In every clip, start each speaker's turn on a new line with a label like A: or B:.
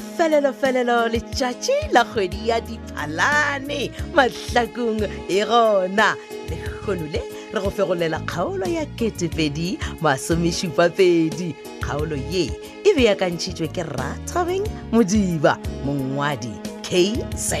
A: felelofelelo letšatši la kgwedi ya diphalane mahlakong e gona lekgono le re go fegolela kgaolo ya ketepedi masomešupapedi kgaolo ye e beakantšhitšwe ke rathabeng modiba mongwadi kz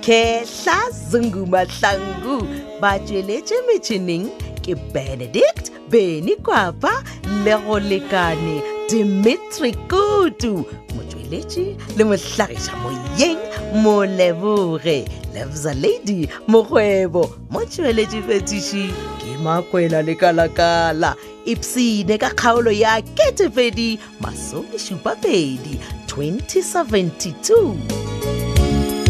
A: kehla zungu mahlangu ba tšweletše metšhineng ke benedict beny kwapa le go lekane dimitri kutu motšweletši le mohlagiša moyeng moleboge lebza lady mokgwebo motšweletši fetiši ke makwela lekalakala ipsene ka kgaolo ya ketefedi masomešupapedi 2072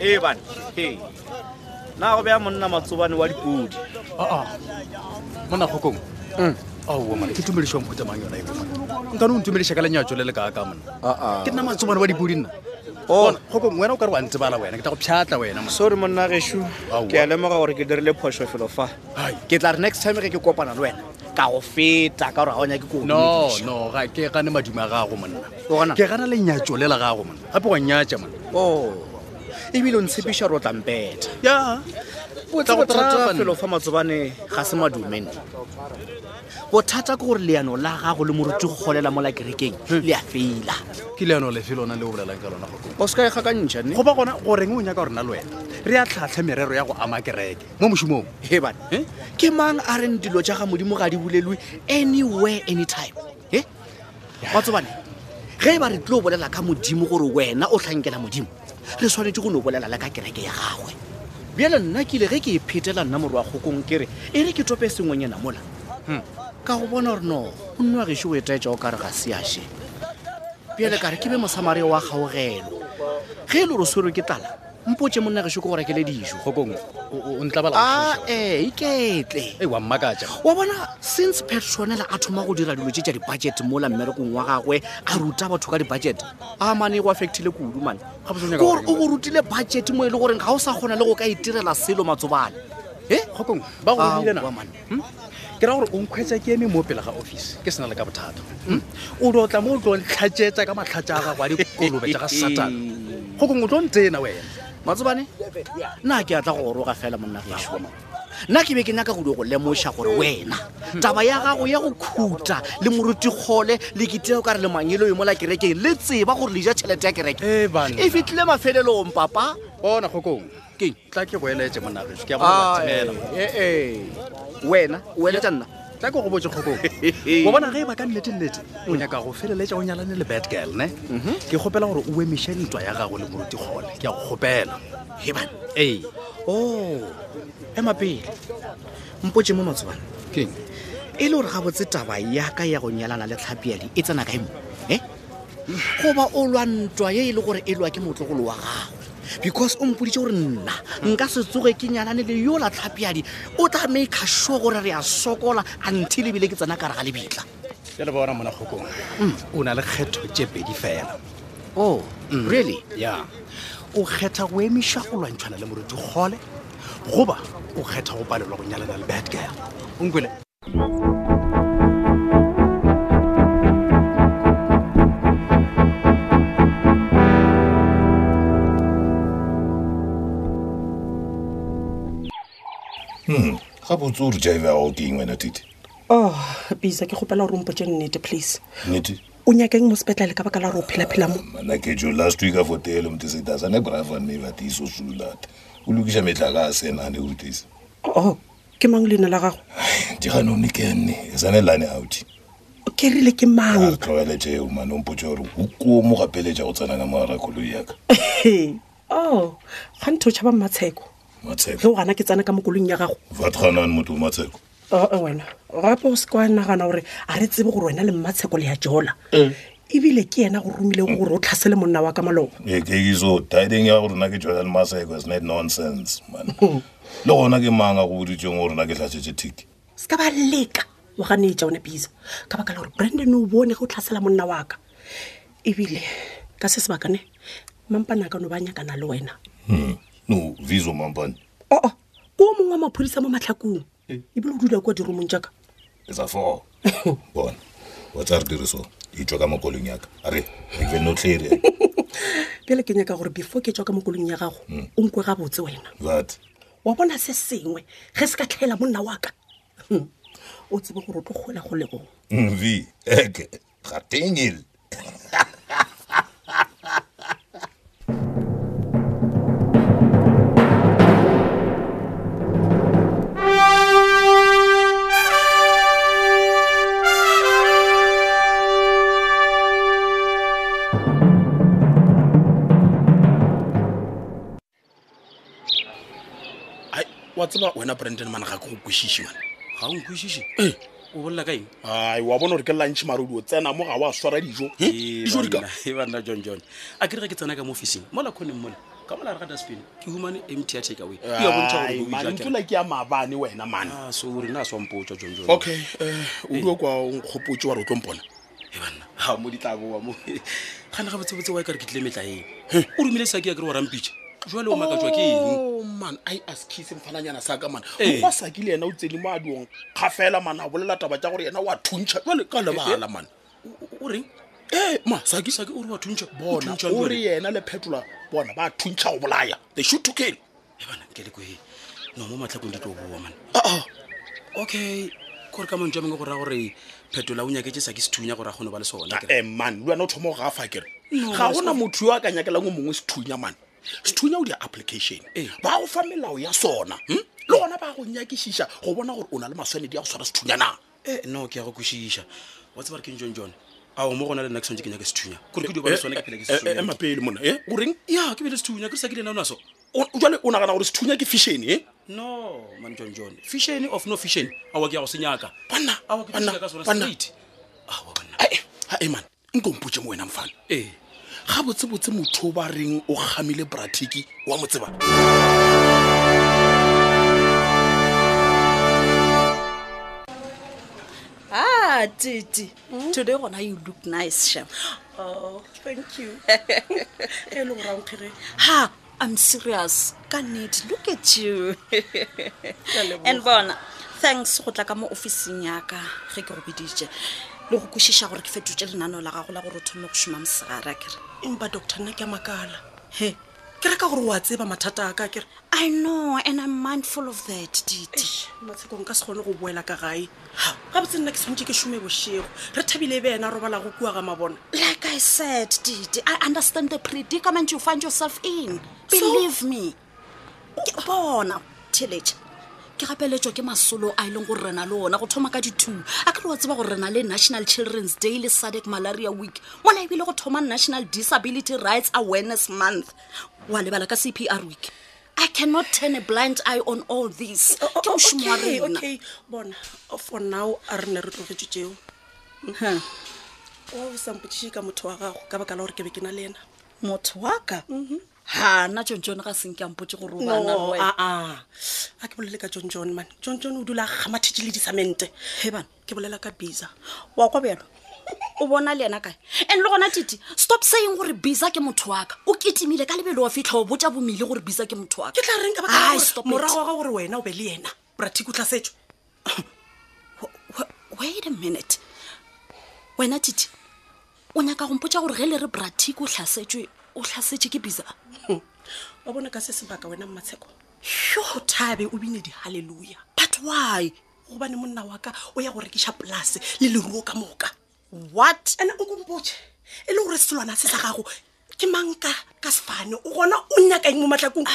B: ee bane he na go bea monna matsobane wa dipodi
C: aa mona kgokong Hmm. aowa mona ke tumediša mphuta mang yona eo mona nkane o ntumediša ka lenyatso le le kaaka monna
B: aa
C: ke nna matsobane wa dipodi nna
B: Oh.
C: Bona, kgokong wena o ka re wa ntebala wena ke tla go pšhatla wena monna
B: sorry monna gešo
C: Aowa.
B: ke a lemoga gore ke dirile phošo felo fa
C: Hai.
B: ke tla re next time ge ke kopana le wena ka go feta ka gore ga o nyake ko
C: no no ga ke gane madumo a gago monna
B: O gana?
C: ke gana lenyatso le la gago monna gape wa nyatša monna
B: o ebile o ntshepiša gore o tlampeta
C: ya tla go trapa
B: felo fa matsobane ga se madumen bothata ke gore leano la gago le moruti go golela mola kerekeng le a feila
C: ke leano lefe lona le o bolelang ka lona kgokong
B: o se ka e gakantšhane
C: goba gona goreng o nyaka gorena le wena re a tlhatlha merero ya go ama kereke mo mošomong
B: hebane
C: Eh?
B: ke mang a reng dilo tja ga modimo ga di bolelwe anywhere anytime e watsobane ge ba re tlo bolela ka modimo gore wena o tlhankela modimo re tshwanetse go no bolela le ka kereke ya gagwe bjale nna ke ile ge ke e phetela nna morwa kgokong ke re e re ke tope sengwenyana mola
C: Hmm.
B: ka go bona gore no o nne wa gešo o etaetša o ka re ga seaše bjale ka re ke be mosamaria wa kgaogelo ge e le gore o swerwe ke tala mpotse monna gešo ke go rekele dijo
C: kgokong o- o- o ntlabala
B: ae iketle
C: e wa mmakatša
B: wa bona since petronela a thoma go dira dilo tse tša di-budget mola mmerekong wa gagwe a ruta batho ka di-budget a mane go affectile kudu mane
C: Gabotse o nyaka
B: kore
C: gore
B: o go rutile budget mo e le goreng ga o sa kgona le go ka itirela selo matsobane e
C: kgokong ba go
B: Aowa,
C: romile na
B: man.
C: Hmm? ke ra gore o nkgwetsa ke eme mo pele ga office ke sena le ka bothata Hmm? o do tla mo o tlo ntlhatsetsa ka matlhatsa a gago a dikolobe tsa ga satana kgokong o tlo ntena wena
B: matsobane nna ke atla go oroga fela monna gešo nna ke be ke nyaka go di go lemoša gore wena taba ya gago ya go khuta le morutikgole le keteo ka re le manyelo e mola kerekeng le tseba gore leja tšhelete ya kereke
C: Eh, banna.
B: e fitlhile mafelelong papa
C: bona kgokong
B: keng
C: tla ke boeletse monagešo ke a boatemela
B: Ah, eh, ee wena o eletša nna
C: tla ke go botse kgokong o bona ge e ba ka nnete-nnete o nyaka go feleletša o nyalane le bad girl ne ke kgopela gore o emiše ntwa ya gago le morutikgole ke a go kgopela
B: heban
C: ee
B: o ema pele mpotse mo matsobana
C: keng
B: e le gore ga botse taba yaka ya go nyalana le tlhapiadi e tsena kae mo e goba o lwa ntwa ye e le gore e lwa ke motlogolo wa gagwe because o mpoditse gore nna nka se tsoge ke nyalane le yola tlhapiadi o tla make-a sure gore re a sokola until ebile ke tsena ka re ga lebitla
C: ke le bona monagokong o na le kgetho tse pedi fela
B: o really
C: ya o kgetha go emiša go lwantšhana le morutikgole goba o kgetha go palelwa go nyalana le bad girl onkwele
D: gabotse o re jaiveago ke eng wena tite
E: oh bisa ke kgopela gore o mpotse nnete please
D: nnete
E: o nyakeng mo sepetlele ka baka la gore o phela-phela mo
D: manakejo last week a fotele motesetasa ne brafa nne batiso sulata o lokiša metlaka a senane orutese
E: oh ke mang leina la gago
D: diganone ke nne e sane lane out
E: ke rile
D: a re
E: ke mang
D: tlogele jeo mane ompotse gore o kuo mo gapeletša go tsena ka mogara koloi yaka
E: He. oh gante o tšhaba mmatsheko ge
D: matsheko
E: o gana ke tsena ka mokolong ya gago
D: vatganane motho o matsheko
E: ee wena gape o se kwa nagana gore a re tsebe gore wena le mmatsheko le ya jola ebile ke yena go romile gore o tlhasele monna wa ka maloba
D: E, ekekiso tiding ya gorena ke jolale maseko isnet nonsense man le gona ke mang a go boditseng gorena ke tlhatšetse tiki
E: se ka ba leka wa ganetša one bisa ka baka la gore brandon o bone ge o tlhasela monna wa ka ebile ka se sebakane
D: Hmm.
E: mampane a kano ba nyakana le wena
D: no viso mampane
E: oo ko o mongwe wa maphodisa mo matlhakong ebile o dula kwa diromong jaaka
D: it's a four bona wa tsa re diriso e tswa ka mokolong yaka a re ebe notlere
E: pele ke nyaka gore before ke tswa ka mokolong ya gago o nkwe gabotse wena
D: that
E: wa bona se sengwe ge se ka tlhaela monna wa ka Hm, o tsebe gore o tlo kgwela go legong
D: v eke ga tengel
C: Ai, wa tseba wena brandon mana ga ke go kwešiše man
F: ga o nkwešiše
C: ee
F: o bolela ka eng
C: ai wa bona gore ke lunch marodi o tsena mo ga wa swara dijo He?
F: Eh,
C: dijo di ka
F: banna, eh, banna john john a kere ga ke tsena ka mo officing mola coneng mola ka mola re ga daspin ke humane mta take away e ya bontšha gore
C: Ai,
F: o
C: man,
F: ja ke-
C: ntula ke ya maabane wena mane
F: Ah, sorry na se wampotsa john john
C: okay eh, o dio kwa o nkgopotse wa re o tlo mpona
F: Eh, banna ga mo ditlaboa mo gane ga botsebotse wa e ka re ke tlile metlaeng o romile sake ya kere wa rampitšha jale o makatswa ke eng
C: Oh, man ai askise mfananyana saka man
F: Eh.
C: go saki le ena o tsene mo adiong ga fela man a bolela taba tsa gore ena wa thuntšha Eh, jale ka lebala man
F: O- o- o reng E,
C: ee masaki
F: sake o re wa thuntšha
C: bona o re yena le phetola bona ba thuntšha go bolaya the shoot to kill
F: ebana ke lekoe no mo matlhakong di tlo boa man
C: aa
F: okay kore ka mantswe a mengwe go raya gore phetola o nyaketse sa ke se thunya gore a kgone ba le sona kere.
C: e man le wena o thoma go ga fa kere
F: No,
C: ga
F: it's
C: gona
F: not.
C: motho yo a ka nyakelang o mongwe sethunya mane sethunya o di-application
F: Eh.
C: ba go fa melao ya sona hm? le gona ba go nyakešiša go bona gore o na le maswanedi a go tshwara sethunya na
F: Eh, no ke ya go kwešiša wa tseba re keng john john ao mo gona le nna ke tshwanetse ke nyake se thunya kore ke dio ba le sona ke phela ke se thunya.
C: emapele mona e o reng
F: eh? ya ke bele se thunya ke re sa ke le naonaso
C: O- jwale o nagana gore sethunya ke fishene e
F: no man john john fishane eh? of no fishane awa ke ya go senyaka
C: banna
F: awa ke
C: banna,
F: nyaka Ah, ka sona Ah,
C: banna.
F: straight awa banna
C: Ai, ai, ai, man nkompotse mo wena mfane
F: ee
C: ga botsebotse motho o ba reng o kgamile bratiki wa motseba
G: Ah, Titi. Today on you look nice, Shem.
E: oh, thank you e le gorang kgere
G: Ha, Ah, I'm serious. Kanit, look at you. And bona, thanks go tla ka mo officing ya ka ge ke go biditse. Le go kwešiša gore ke fetotse lenaneo la gago la gore o thome go šoma mosegare a kere.
E: empa doctor nna ke a makala
G: He,
E: ke reka gore wa tseba mathata a ka kere
G: I know and I'm mindful of that, Titi.
E: matshekong ka se kgone go boela ka gae ga botse nna ke tshwanetse ke some bošego re thabile be ena robala go kua ga mabona
G: Like I said, Titi, I understand the predicament you find yourself in.
E: So?
G: Believe me. Ke- Bona, Theletša. Ke gapeletswa ke masolo a e leng gore rena le ona go thoma ka di-two a ke re wa tseba gore rena le national children's day le sadec malaria week mola ebile go thoma national disability rights awareness month wa lebala ka cpr week i cannot turn a blind eye on all this ke mošomo wa
E: Okay,
G: rena
E: okay bona for now a re ne re tlogetse teo
G: Huh.
E: Mm. o o sampotšiše ka motho wa gago ka baka la gore ke be ke na le ena
G: motho wa ka ha na tsontsone ga seng ke ampotse gore o bana le
E: no
G: wena.
E: aa a ke bolele ka john john man john john o dula a kgamathetse le disamente
G: He bana.
E: ke bolela ka bisa
G: wa kwa bjalo o bona le yena kae and le gona tite stop saying gore bisa ke motho wa ka o ketemile ka lebelo wa fitlha o botsa bomile gore bisa ke motho wa
E: ke
G: ka
E: tla reng ka baka la
G: Ai,
E: gore
G: stop it.
E: morago wa ga gore wena o be le ena bratic o tlasetso
G: Wa- wait a minute wena tite o nyaka gompotsa gore ge le re bratic o tlhasetswe o tlhasetse ke bisa
E: wa bona ka se sebaka wena mmatsheko o thabe o bine di-halleluja
G: but why
E: gobane monna wa ka o ya go rekiša polase le leruo ka moka
G: what
E: ande o kompotse e le gore selwana se sa gago ke manka ka sefane o gona o nyakaeng mo matlakong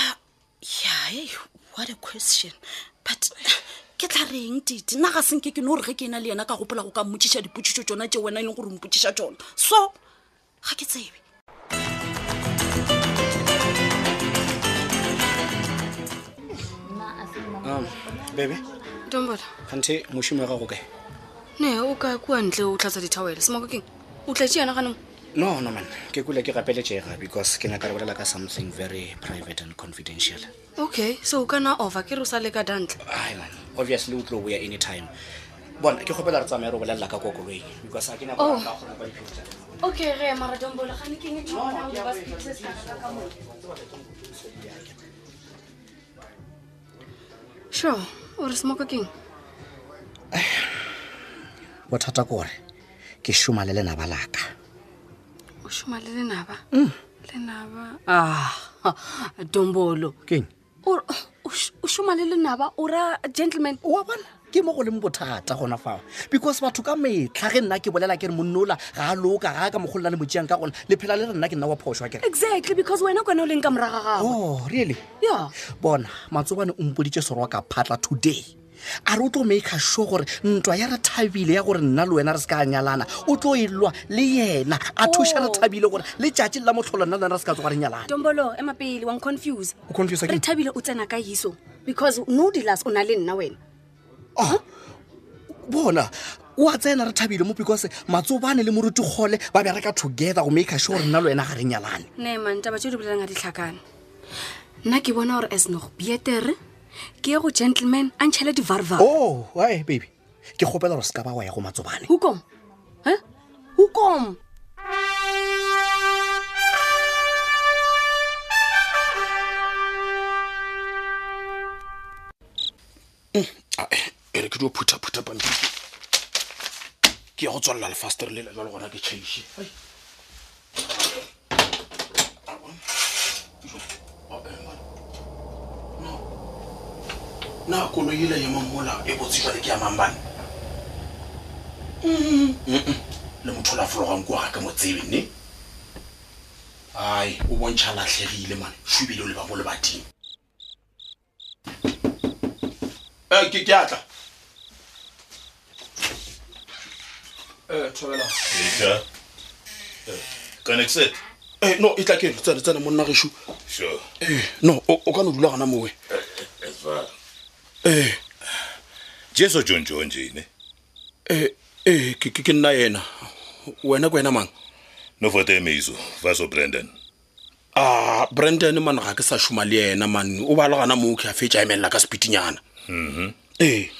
G: yae Ah, what a question but ke tla reng tite nna ga senke ke no gore ge ke ena le yena ka gopola go ka mmotsiša dipotsišo tsona tse wena e leng gore o mpotsiša tsona so ga ke tsebe
F: bebe
B: tombola
F: gante mošomo wa gago kae
B: ne o ka kua ntle o tlhatsa dithawele semoko keng o tlatse yana ganong
F: no no man ke kula ke gapeletšega because ke nyaka re bolela ka something very private and confidential
B: okay so o kana over ke re o sa leka dantle
F: ai man obviously o tlo boya anytime bona ke gopela re tsamaya re bolelela ka kokoloeng because a ke nyaka
B: Oh.
F: ka kgona ba diphetsa
B: okay re mara tombola gane keng
G: sure o re semoka keng
B: bothata ke gore ke šoma le lenaba laka
G: o šoma le lenaba
B: Mm.
G: lenaba ah dombolo
B: keng
G: o o š- o šoma le lenaba o ra gentleman
B: wa bona ke mo go leng bothata gona fao because batho ka metlha ge nna ke bolela ke re monnola ga a loka ga a ka mogolola le motseang ka gona lephela le re nna ke nna wa phošwa kere
G: exactly because wena kwana o leng ka moraga gagwe
B: o really
G: ya
B: bona matsobane o mpoditse sorwa ka phatla today a re o tlo make-a sure gore ntwa ya re thabile ya gore nna le wena re se ka nyalana o tlo e lwa le yena a thuša re
G: Oh.
B: thabile gore letšatši le la motlholo nna le wena re se ka tsoga re nyalana
G: dombolo ema pele wang confuse
B: O confuse-a ke
G: re
B: eng?
G: thabile o tsena ka iso because no dealers o na le nna wena
B: Oh, bona o a tsena re thabile mo because matsobane le moruti kgole ba bereka together go make-a sure gore nna le wena ga re nyalane
G: ne mantaba tse o di bolelang a ditlhakane nna ke bona gore as nog betere ke ye go gentleman a ntšhele divarvar
B: o ae baby ke kgopela gore se ka ba wa ya go matsobane
G: hukom e hukom
C: Ah, eh,
F: e re ke dio phuthaphutha pampiri ke ya go tswalela lefaster le lelo le gona ke chaise
C: Ah, eh,
F: na kolo ile ya mamola e botse jale ke ya mang bane le motho o la fologang kua ga ke mo tsebe nne ai o bontšha latlhegile mane shobile o leba mo lebating Eh, ke ke atla Eh, thobela
D: Peter. Eh, Connected.
F: Eh, no e tla keno tsena tsena monna gešo
D: Sure. Eh,
F: Eh, no o o ka no dula gona mowe
D: As well.
F: ee
D: Jeso John John nje ne.
F: ee ke ke- ke nna yena wena ke wena mang
D: No fote mizo. Vaso Brendan.
F: a Ah, brandon man ga ke sa šoma le yena man o ba le gona moo ke a fetša a emelela ka sepitinyana ee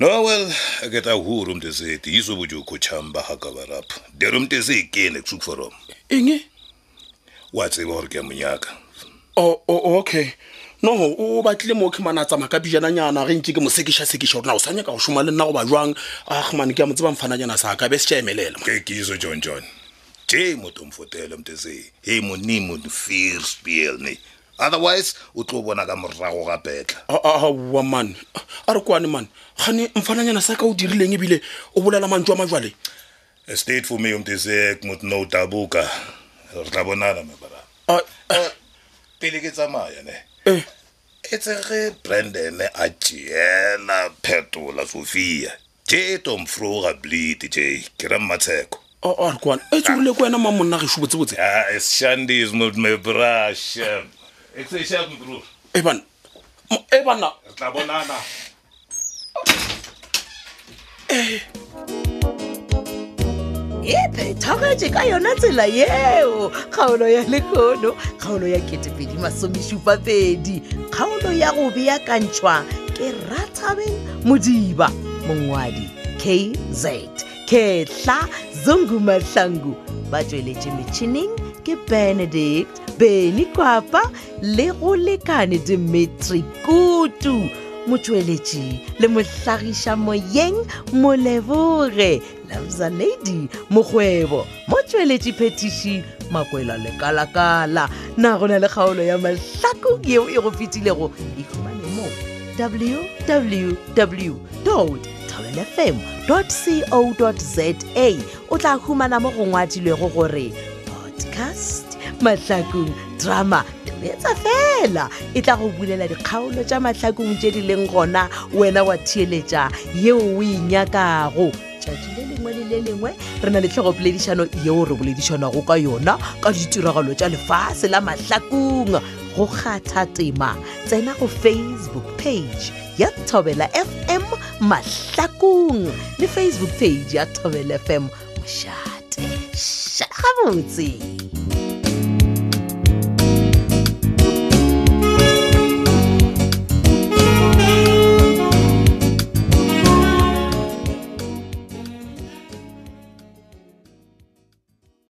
D: No well, aketa huru mteseti yiso buju kuchamba hakabarap. Dero mtesi kene kusukforom.
F: eng e?
D: Watse ba hore ke a monyaka.
F: O- o- Oh, okay no o o batlile moo ke mana a tsamaya ka bijananyana ge ntse ke mo sekiša-sekiša gore na o sa nyaka go šoma le nna go ba jwang agmane ke a mo tseba mfananyana sa ka be se tša emelela man.
D: Ke kiso John John. Je motho mfotela mtesi. He monimo fear spiel ne. Otherwise o tlo bona ka morago ga betla.
F: Ah, aowa mane Ah, a re kwane mane gane mfananyana sa ka o dirileng ebile o bolela mantso a majwaleng
D: Estate for me mtesi ek mot no tabuka. Re tla bonana me bara.
F: A- a-
D: Pele ke tsamaya ne.
F: eh,
D: etse ge branden a tšeela phetola sophia je tomfroga bleed je ke ra mmatsheko
F: a- a re kwane e tsorile ko wena ma monna gešo botsebotse
D: a shandis mot me brashem etse shem bro
F: e bana Mo- e bana
D: re tla bonana
A: e phethagetše ka yona tsela yeo kgaolo ya lekgono kgaolo ya ketepedimasomešupapedi kgaolo ya go beakantšhwa ke rathabeng modiba mongwadi kz kehla zungu mahlangu ba tsweletše metšhineng ke benedict beny kwapa le go lekane dimitri kutu motsweletši le mohlagiša moyeng moleboge lamza lady mokgwebo mo tsweletši phetiši makwela lekalakala na go na le kgaolo ya mahlako yeo e go fetilego e humane mo www tabelfm co za o tla humana mo go ngwadilwego gore podcast mahlakong drama tobetsa fela e tla go bulela dikgaolo tša mahlakong tše di leng gona wena wa theeletša yeo o e nyakago tšatši le lengwe le le lengwe re na le tlhogopoledišano yeo re boledišanago ka yona ka ditiragalo tša lefase la mahlakong go kgatha tema tsena go facebook page ya thobela fm mahlakong le facebook page ya thobela fm mošate šala gabotse